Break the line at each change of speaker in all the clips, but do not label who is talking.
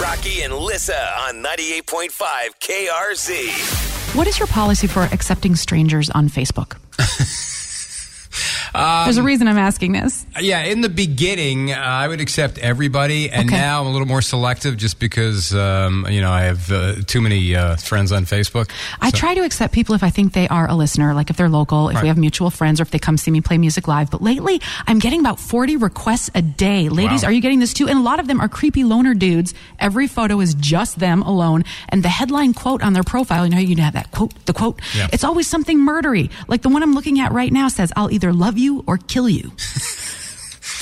Rocky and Lissa on 98.5 KRZ.
What is your policy for accepting strangers on Facebook? There's a reason I'm asking this.
Yeah, in the beginning, uh, I would accept everybody, and
Okay.
now I'm a little more selective just because um, you know I have uh, too many uh, friends on Facebook.
I try to accept people if I think they are a listener, like if they're local, if we have mutual friends, or if they come see me play music live. But lately, I'm getting about 40 requests a day. Ladies,
Wow.
are you getting this too? And a lot of them are creepy loner dudes. Every photo is just them alone. And the headline quote on their profile, you know, how you have that quote, the quote.
Yeah.
It's always something murdery. Like the one I'm looking at right now says, I'll either love you or kill you.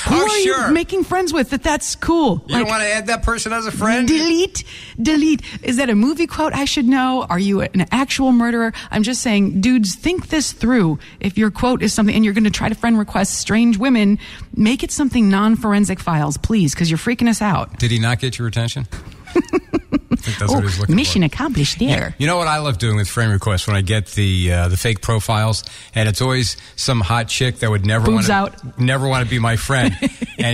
Who
Oh,
are
sure.
you making friends with that that's cool?
You don't want to add that person as a friend.
Delete, delete. Is that a movie quote I should know? Are you an actual murderer? I'm just saying, dudes, think this through. If your quote is something and you're going to try to friend request strange women, make it something non forensic files, please, because you're freaking us out.
Did he not get your attention? I think that's what he was looking
Oh, mission
for.
accomplished there.
You know what I love doing with friend requests when I get the uh, the fake profiles, and it's always some hot chick that would never
Boobs
wanna,
out.
never want to be my friend, and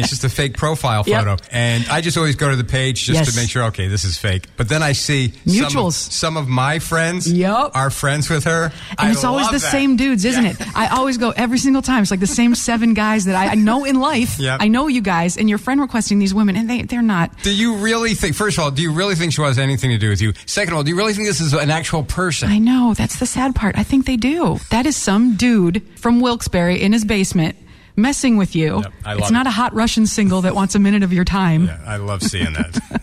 it's just a fake profile
Yep.
photo. And I just always go to the page just
Yes.
to make sure, okay, this is fake. But then I see Some,
Mutuals.
of, some of my friends
Yep.
are friends with her,
And it's always the same dudes, isn't it? I always go every single time. It's like the same seven guys that I, I know in life.
Yep.
I know you guys, and your friend requesting these women, and they, they're not.
Do you really think? First of all, do you really think she has anything to do with you? Second of all, do you really think this is an actual person?
I know. That's the sad part. I think they do. That is some dude from Wilkes-Barre in his basement messing with you.
Yep, I
it's
love
not
it.
a hot Russian single that wants a minute of your time.
yeah, I love seeing that.